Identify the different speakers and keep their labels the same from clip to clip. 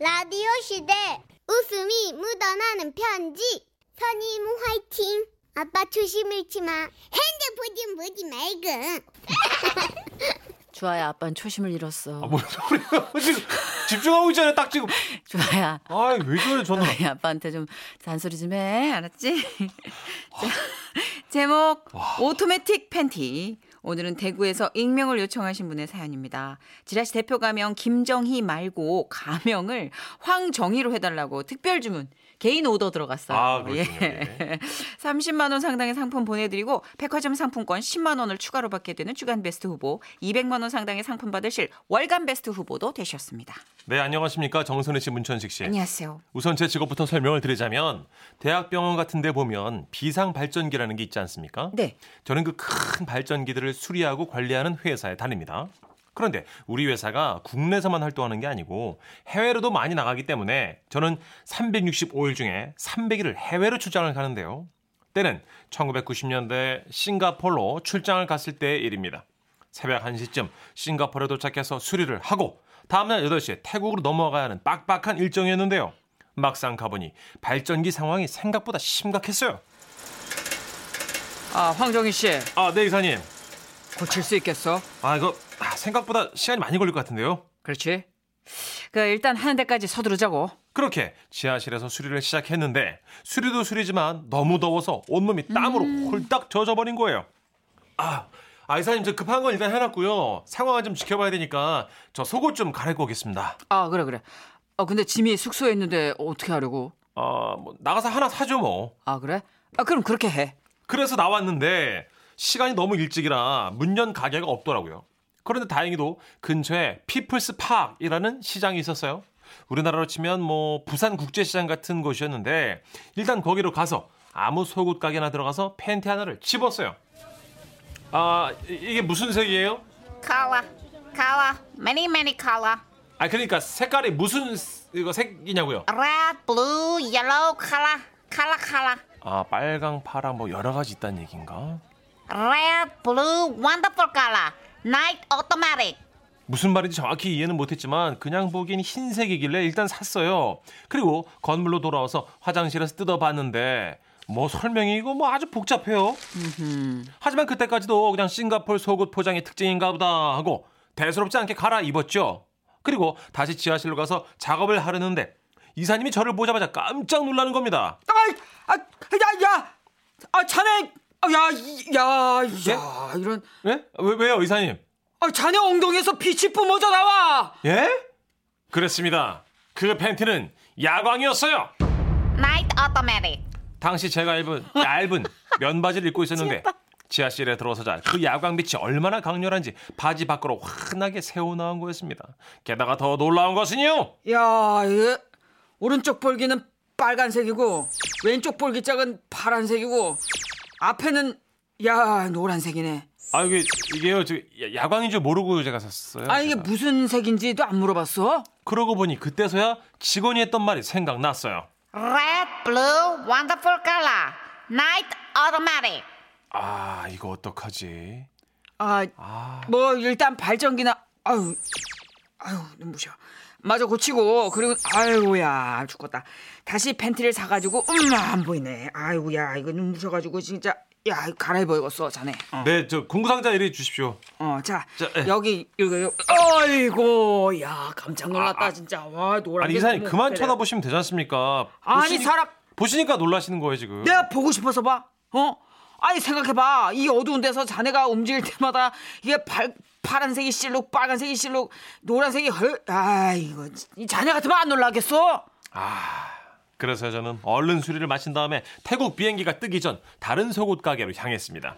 Speaker 1: 라디오 시대 웃음이 묻어나는 편지 선임 화이팅 아빠 조심 잃지 마 핸드폰 좀 보지 말고
Speaker 2: 주아야 아빠는 초심을 잃었어.
Speaker 3: 아, 뭔 소리야. 지금 집중하고 있잖아요, 딱 지금.
Speaker 2: 주아야.
Speaker 3: 아이, 왜 그래, 저는.
Speaker 2: 아이, 아빠한테 좀 잔소리 좀 해. 알았지?
Speaker 3: 아.
Speaker 2: 자, 제목 오토매틱 팬티. 오늘은 대구에서 익명을 요청하신 분의 사연입니다. 지라시 대표 가명 김정희 말고 가명을 황정희로 해달라고 특별 주문 개인 오더 들어갔어요.
Speaker 3: 아, 그렇군요.
Speaker 2: 예. 30만 원 상당의 상품 보내드리고 백화점 상품권 10만 원을 추가로 받게 되는 주간 베스트 후보, 200만 원 상당의 상품 받으실 월간 베스트 후보도 되셨습니다.
Speaker 3: 네, 안녕하십니까. 정선혜 씨, 문천식 씨.
Speaker 2: 안녕하세요.
Speaker 3: 우선 제 직업부터 설명을 드리자면, 대학병원 같은 데 보면 비상발전기라는 게 있지 않습니까?
Speaker 2: 네.
Speaker 3: 저는 그 큰 발전기들을 수리하고 관리하는 회사에 다닙니다. 그런데 우리 회사가 국내에서만 활동하는 게 아니고 해외로도 많이 나가기 때문에 저는 365일 중에 300일을 해외로 출장을 가는데요. 때는 1990년대 싱가폴로 출장을 갔을 때의 일입니다. 새벽 1시쯤 싱가포르에 도착해서 수리를 하고 다음날 8시에 태국으로 넘어가야 하는 빡빡한 일정이었는데요. 막상 가보니 발전기 상황이 생각보다 심각했어요.
Speaker 2: 아, 황정희 씨.
Speaker 3: 아, 네, 이사님.
Speaker 2: 고칠 수 있겠어?
Speaker 3: 아 이거 아, 생각보다 시간이 많이 걸릴 것 같은데요.
Speaker 2: 그렇지. 그 일단 하는 데까지 서두르자고.
Speaker 3: 그렇게 지하실에서 수리를 시작했는데 수리도 수리지만 너무 더워서 온몸이 땀으로 홀딱 젖어버린 거예요. 아, 아 이사님 저 급한 건 일단 해놨고요. 상황을 좀 지켜봐야 되니까 저 속옷 좀 갈아입고 오겠습니다.
Speaker 2: 아 그래 그래. 아 근데 짐이 숙소에 있는데 어떻게 하려고?
Speaker 3: 아, 뭐 나가서 하나 사죠 뭐.
Speaker 2: 아 그래? 아 그럼 그렇게 해.
Speaker 3: 그래서 나왔는데 시간이 너무 일찍이라 문 연 가게가 없더라고요. 그런데 다행히도 근처에 피플스 파크이라는 시장이 있었어요. 우리나라로 치면 뭐 부산 국제시장 같은 곳이었는데 일단 거기로 가서 아무 속옷 가게나 들어가서 팬티 하나를 집었어요. 아 이- 이게 무슨 색이에요?
Speaker 2: 카와, 카와, many many 카와,
Speaker 3: 아 그러니까 색깔이 무슨 스- 이거 색이냐고요?
Speaker 2: red, blue, yellow, 카라, 카라 카라,
Speaker 3: 아 빨강, 파랑 뭐 여러 가지 있다는 얘기인가?
Speaker 2: red, blue, wonderful 카라, night automatic.
Speaker 3: 무슨 말인지 정확히 이해는 못했지만 그냥 보기엔 흰색이길래 일단 샀어요. 그리고 건물로 돌아와서 화장실에서 뜯어봤는데 뭐 설명이 이거 뭐 아주 복잡해요. 하지만 그때까지도 그냥 싱가폴 속옷 포장이 특징인가 보다 하고 대수롭지 않게 갈아입었죠. 그리고 다시 지하실로 가서 작업을 하려는데 이사님이 저를 보자마자 깜짝 놀라는 겁니다.
Speaker 2: 아, 야, 야, 아 자네, 아, 야, 이- 야, 야, 이런,
Speaker 3: 예? 왜, 왜요, 이사님?
Speaker 2: 아 자네 엉덩이에서 빛이 뿜어져 나와.
Speaker 3: 예? 그렇습니다. 그 팬티는 야광이었어요.
Speaker 4: Night Automatic.
Speaker 3: 당시 제가 입은 얇은 면바지를 입고 있었는데 지하실에 들어서자 그 야광빛이 얼마나 강렬한지 바지 밖으로 환하게 새어나온 거였습니다. 게다가 더 놀라운 것은요.
Speaker 2: 야, 이 오른쪽 볼기는 빨간색이고 왼쪽 볼기짝은 파란색이고 앞에는 야 노란색이네.
Speaker 3: 아 이게 이게요. 저 야- 야광인 줄 모르고 제가 샀어요.
Speaker 2: 아 이게
Speaker 3: 제가.
Speaker 2: 무슨 색인지도 안 물어봤어?
Speaker 3: 그러고 보니 그때서야 직원이 했던 말이 생각났어요.
Speaker 4: Red, blue, wonderful color. Night Automatic.
Speaker 3: 아 이거 어떡하지?
Speaker 2: 아, 뭐 일단 발전기나 아유, 아유 눈부셔. 마저 고치고 그리고 아이고야 죽겠다. 다시 팬티를 사가지고 음안 보이네. 아이고야 이거 눈부셔가지고 진짜 야 이거 갈아입어 이었어 자네. 어.
Speaker 3: 네 저 공구상자 이리 주십시오.
Speaker 2: 어, 자,
Speaker 3: 자, 예.
Speaker 2: 여기 읽어요. 아이고, 야, 깜짝 놀랐다,
Speaker 3: 아, 아.
Speaker 2: 진짜. 와, 노란.
Speaker 3: 아니
Speaker 2: 게
Speaker 3: 이사님
Speaker 2: 너무
Speaker 3: 그만
Speaker 2: 그래.
Speaker 3: 쳐다보시면 뭐 되지 않습니까?
Speaker 2: 네, 아니, 사람-
Speaker 3: 보시니까 놀라시는 거예요 지금.
Speaker 2: 내가 보고 싶어서 봐. 어? 아니 생각해봐. 이 어두운 데서 자네가 움직일 때마다 이게 발, 파란색이 실룩, 빨간색이 실룩, 노란색이 헐. 아, 이거 이 자네 같으면 안 놀라겠어.
Speaker 3: 그래서 저는 얼른 수리를 마친 다음에 태국 비행기가 뜨기 전 다른 속옷 가게로 향했습니다.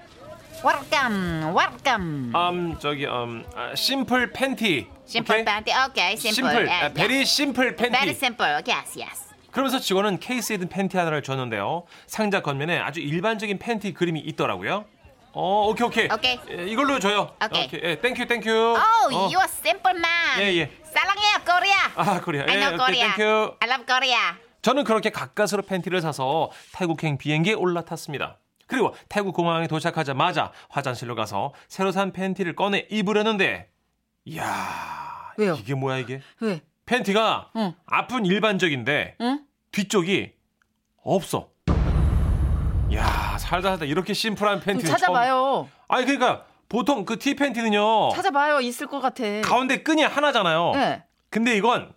Speaker 4: Welcome, welcome.
Speaker 3: 음 저기 음 아, 심플 팬티.
Speaker 4: Simple
Speaker 3: 오케이?
Speaker 4: panty. Okay, simple.
Speaker 3: 심플.
Speaker 4: Yeah,
Speaker 3: 아, 베리 심플
Speaker 4: yeah. Very
Speaker 3: 팬티.
Speaker 4: simple. Yes, yes.
Speaker 3: 그러면서 직원은 케이스에 든 팬티 하나를 줬는데요. 상자 겉면에 아주 일반적인 팬티 그림이 있더라고요. 어 오케이 오케이.
Speaker 4: 오케이.
Speaker 3: 예, 이걸로 줘요.
Speaker 4: 오케이.
Speaker 3: 예, 땡큐 땡큐.
Speaker 4: Oh,
Speaker 3: 어.
Speaker 4: you a simple man.
Speaker 3: Yeah, yeah.
Speaker 4: 사랑해요, 코리아.
Speaker 3: 아 코리아.
Speaker 4: I
Speaker 3: 예,
Speaker 4: know
Speaker 3: 오케이,
Speaker 4: Korea.
Speaker 3: 땡큐.
Speaker 4: I love Korea.
Speaker 3: 저는 그렇게 가까스로 팬티를 사서 태국행 비행기에 올라탔습니다. 그리고 태국 공항에 도착하자마자 화장실로 가서 새로 산 팬티를 꺼내 입으려는데 이야
Speaker 2: 왜요?
Speaker 3: 이게 뭐야 이게
Speaker 2: 왜?
Speaker 3: 팬티가
Speaker 2: 응.
Speaker 3: 앞은 일반적인데
Speaker 2: 응?
Speaker 3: 뒤쪽이 없어. 야 살다 살다 이렇게 심플한
Speaker 2: 좀
Speaker 3: 팬티는
Speaker 2: 찾아봐요.
Speaker 3: 처음. 아니 그러니까 보통 그 티
Speaker 2: 어.
Speaker 3: 팬티는요
Speaker 2: 찾아봐요. 있을 것 같아.
Speaker 3: 가운데 끈이 하나잖아요.
Speaker 2: 네.
Speaker 3: 근데 이건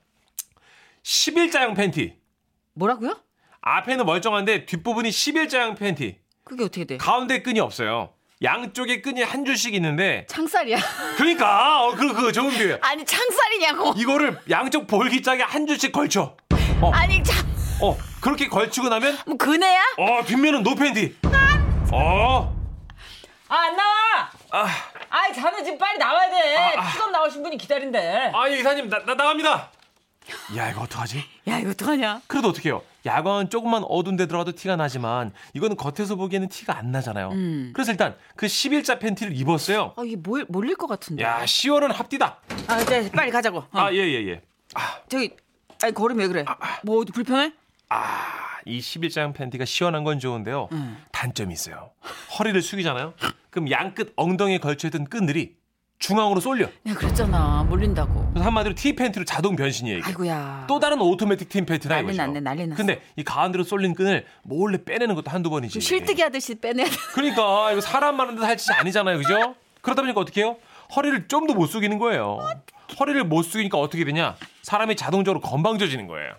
Speaker 3: 11자형 팬티.
Speaker 2: 뭐라고요?
Speaker 3: 앞에는 멀쩡한데 뒷부분이 11자형 팬티.
Speaker 2: 그게 어떻게 돼?
Speaker 3: 가운데 끈이 없어요. 양쪽에 끈이 한 줄씩 있는데
Speaker 2: 창살이야.
Speaker 3: 그러니까 어, 그, 그 좋은 비유
Speaker 2: 아니 창살이냐고.
Speaker 3: 이거를 양쪽 볼기짝에 한 줄씩 걸쳐 어,
Speaker 2: 아니 참.
Speaker 3: 어 그렇게 걸치고 나면
Speaker 2: 뭐 그네야?
Speaker 3: 어 뒷면은 노팬티 어
Speaker 5: 아, 안 나와!
Speaker 3: 아,
Speaker 5: 아이, 자네 지금 빨리 나와야 돼.
Speaker 3: 아, 아.
Speaker 5: 취업 나오신 분이 기다린대.
Speaker 3: 아 이사님 나, 나 나갑니다 야 이거 어떡하지
Speaker 2: 야 이거 어떡하냐?
Speaker 3: 그래도 어떡해요 야광은 조금만 어두운 데 들어가도 티가 나지만 이거는 겉에서 보기에는 티가 안 나잖아요
Speaker 2: 음.
Speaker 3: 그래서 일단 그 11자 팬티를 입었어요
Speaker 2: 아 이게 몰, 몰릴 것 같은데.
Speaker 3: 야 10월은 합디다
Speaker 2: 아 이제 빨리 가자고. 어.
Speaker 3: 아 예 예, 예.
Speaker 2: 저기 아니 걸음 왜 그래? 뭐 어디 불편해?
Speaker 3: 아, 이 11자형 팬티가 시원한 건 좋은데요.
Speaker 2: 음.
Speaker 3: 단점이 있어요. 허리를 숙이잖아요. 그럼 양끝 엉덩이에 걸쳐있던 끈들이 중앙으로 쏠려.
Speaker 2: 내가 그랬잖아 몰린다고.
Speaker 3: 그래서 한마디로 티 팬티로 자동 변신이에요. 이게.
Speaker 2: 아이고야.
Speaker 3: 또 다른 오토매틱 티 팬티다
Speaker 2: 난리
Speaker 3: 이거죠.
Speaker 2: 났네, 난리 났어.
Speaker 3: 근데 이 가운데로 쏠린 끈을 몰래 빼내는 것도 한두 번이지.
Speaker 2: 좀 실뜨기 하듯이 빼내야 돼.
Speaker 3: 그러니까 이거 사람 많은 데서 할 짓이 아니잖아요. 그죠? 그러다 보니까 어떻게 해요? 허리를 좀 더 못 숙이는 거예요. 허리를 못 숙이니까 어떻게 되냐? 사람이 자동적으로 건방져지는 거예요.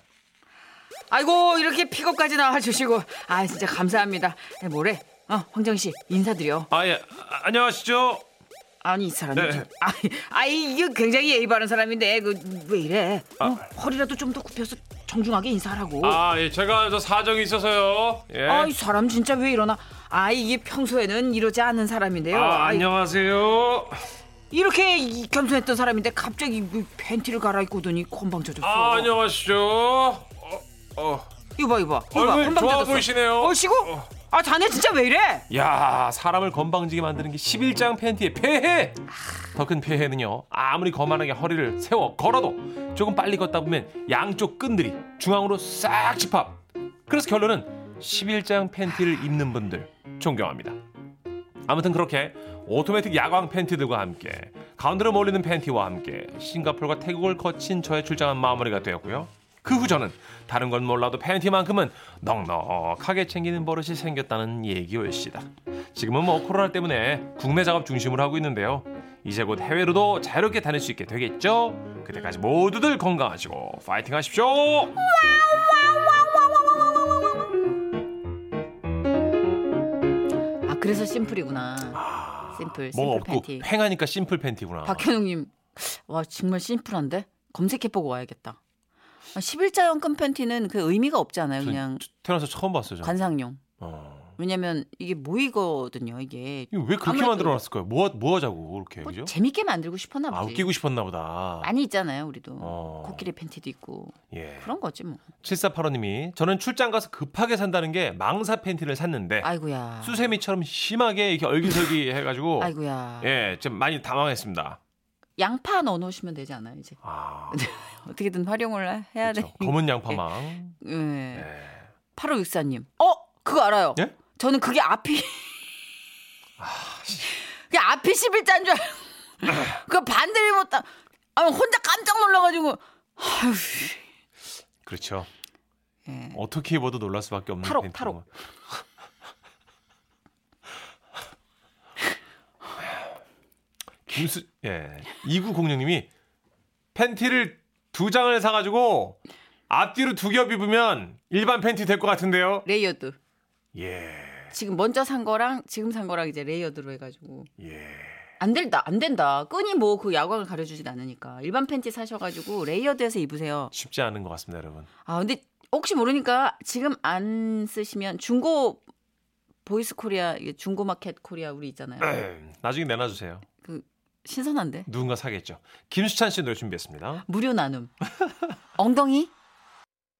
Speaker 2: 아이고 이렇게 픽업까지 나와주시고 아 진짜 감사합니다. 네, 뭐래? 어 황정 씨 인사드려.
Speaker 3: 아, 예. 아, 안녕하시죠?
Speaker 2: 아니 이 사람이
Speaker 3: 네.
Speaker 2: 좀- 아, 아 이거 굉장히 예의 바른 사람인데 그 왜 이래? 어,
Speaker 3: 아.
Speaker 2: 허리라도 좀 더 굽혀서 정중하게 인사하라고. 아. 네.
Speaker 3: 아, 예, 제가 저 사정이 있어서요. 예.
Speaker 2: 이 사람 진짜 왜 이러나? 아 이게 평소에는 이러지 않은 사람인데요.
Speaker 3: 아,
Speaker 2: 아이,
Speaker 3: 안녕하세요.
Speaker 2: 이렇게 이- 겸손했던 사람인데 갑자기 그 팬티를 갈아입고 오더니 건방져졌어.
Speaker 3: 아, 안녕하시죠. 어, 어.
Speaker 2: 이봐 이봐. 이봐
Speaker 3: 얼굴 좋아
Speaker 2: 건방져졌어.
Speaker 3: 보이시네요.
Speaker 2: 얼씨구? 아 자네 진짜 왜 이래?
Speaker 3: 야, 사람을 건방지게 만드는 게 11장 팬티의 폐해. 더 큰 폐해는요. 아무리 거만하게 허리를 세워 걸어도 조금 빨리 걷다 보면 양쪽 끈들이 중앙으로 싹 집합. 그래서 결론은 11장 팬티를 입는 분들 존경합니다. 아무튼 그렇게 오토매틱 야광 팬티들과 함께 가운데로 몰리는 팬티와 함께 싱가포르와 태국을 거친 저의 출장은 마무리가 되었고요. 그 후 저는 다른 건 몰라도 팬티만큼은 넉넉하게 챙기는 버릇이 생겼다는 얘기였시다. 지금은 뭐 코로나 때문에 국내 작업 중심으로 하고 있는데요. 이제 곧 해외로도 자유롭게 다닐 수 있게 되겠죠? 그때까지 모두들 건강하시고 파이팅 하십시오!
Speaker 2: 아 그래서 심플이구나. 심플
Speaker 3: 뭐
Speaker 2: 심플
Speaker 3: 없고
Speaker 2: 팬티.
Speaker 3: 횡하니까 심플 팬티구나.
Speaker 2: 박현웅님 와 정말 심플한데 검색해보고 와야겠다. 11자형 끈 팬티는 그 의미가 없잖아요.
Speaker 3: 전-
Speaker 2: 그냥
Speaker 3: 태어나서 처음 봤어요. 저는.
Speaker 2: 관상용.
Speaker 3: 어.
Speaker 2: 왜냐면 이게 모이거든요. 이게
Speaker 3: 이거 왜 그렇게
Speaker 2: 아무래도-
Speaker 3: 만들어놨을까요? 뭐, 뭐 하자고 그렇게
Speaker 2: 뭐
Speaker 3: 그죠?
Speaker 2: 재밌게 만들고 싶었나
Speaker 3: 아
Speaker 2: 보지.
Speaker 3: 웃기고 싶었나 보다.
Speaker 2: 많이 있잖아요. 우리도
Speaker 3: 어.
Speaker 2: 코끼리 팬티도 있고
Speaker 3: 예.
Speaker 2: 그런 거지 뭐.
Speaker 3: 7485님이 저는 출장 가서 급하게 산다는 게 망사 팬티를 샀는데
Speaker 2: 아이고야.
Speaker 3: 수세미처럼 심하게 이렇게 얼기설기 해가지고
Speaker 2: 아이고야.
Speaker 3: 예, 좀 많이 당황했습니다.
Speaker 2: 양파 넣어 놓으시면 되지 않아요, 이제.
Speaker 3: 아,
Speaker 2: 어떻게든 활용을 해야
Speaker 3: 그렇죠.
Speaker 2: 돼.
Speaker 3: 검은 양파망.
Speaker 2: 예.
Speaker 3: 예.
Speaker 2: 8564님. 어? 그거 알아요.
Speaker 3: 예?
Speaker 2: 저는 그게 앞이. 그게 앞이 11자인 줄 알고. 그 반대를 못다. 아, 혼자 깜짝 놀라가지고. 아휴.
Speaker 3: 그렇죠.
Speaker 2: 예.
Speaker 3: 어떻게 입어도 놀랄 수밖에 없는
Speaker 2: 탈옥,
Speaker 3: 팬티.
Speaker 2: 탈옥.
Speaker 3: 김수 예 이구공룡님이 팬티를 두 장을 사가지고 앞뒤로 두 겹 입으면 일반 팬티 될 것 같은데요.
Speaker 2: 레이어드.
Speaker 3: 예
Speaker 2: 지금 먼저 산 거랑 지금 산 거랑 이제 레이어드로 해가지고.
Speaker 3: 예.
Speaker 2: 안 된다, 안 된다. 끈이 뭐 그 야광을 가려주진 않으니까. 일반 팬티 사셔가지고 레이어드해서 입으세요.
Speaker 3: 쉽지 않은 것 같습니다, 여러분.
Speaker 2: 아, 근데 혹시 모르니까 지금 안 쓰시면 중고 보이스 코리아, 이게 중고 마켓 코리아 우리 있잖아요.
Speaker 3: 나중에 내놔주세요.
Speaker 2: 신선한데?
Speaker 3: 누군가 사겠죠. 김수찬 씨 노래 준비했습니다.
Speaker 2: 무료 나눔. 엉덩이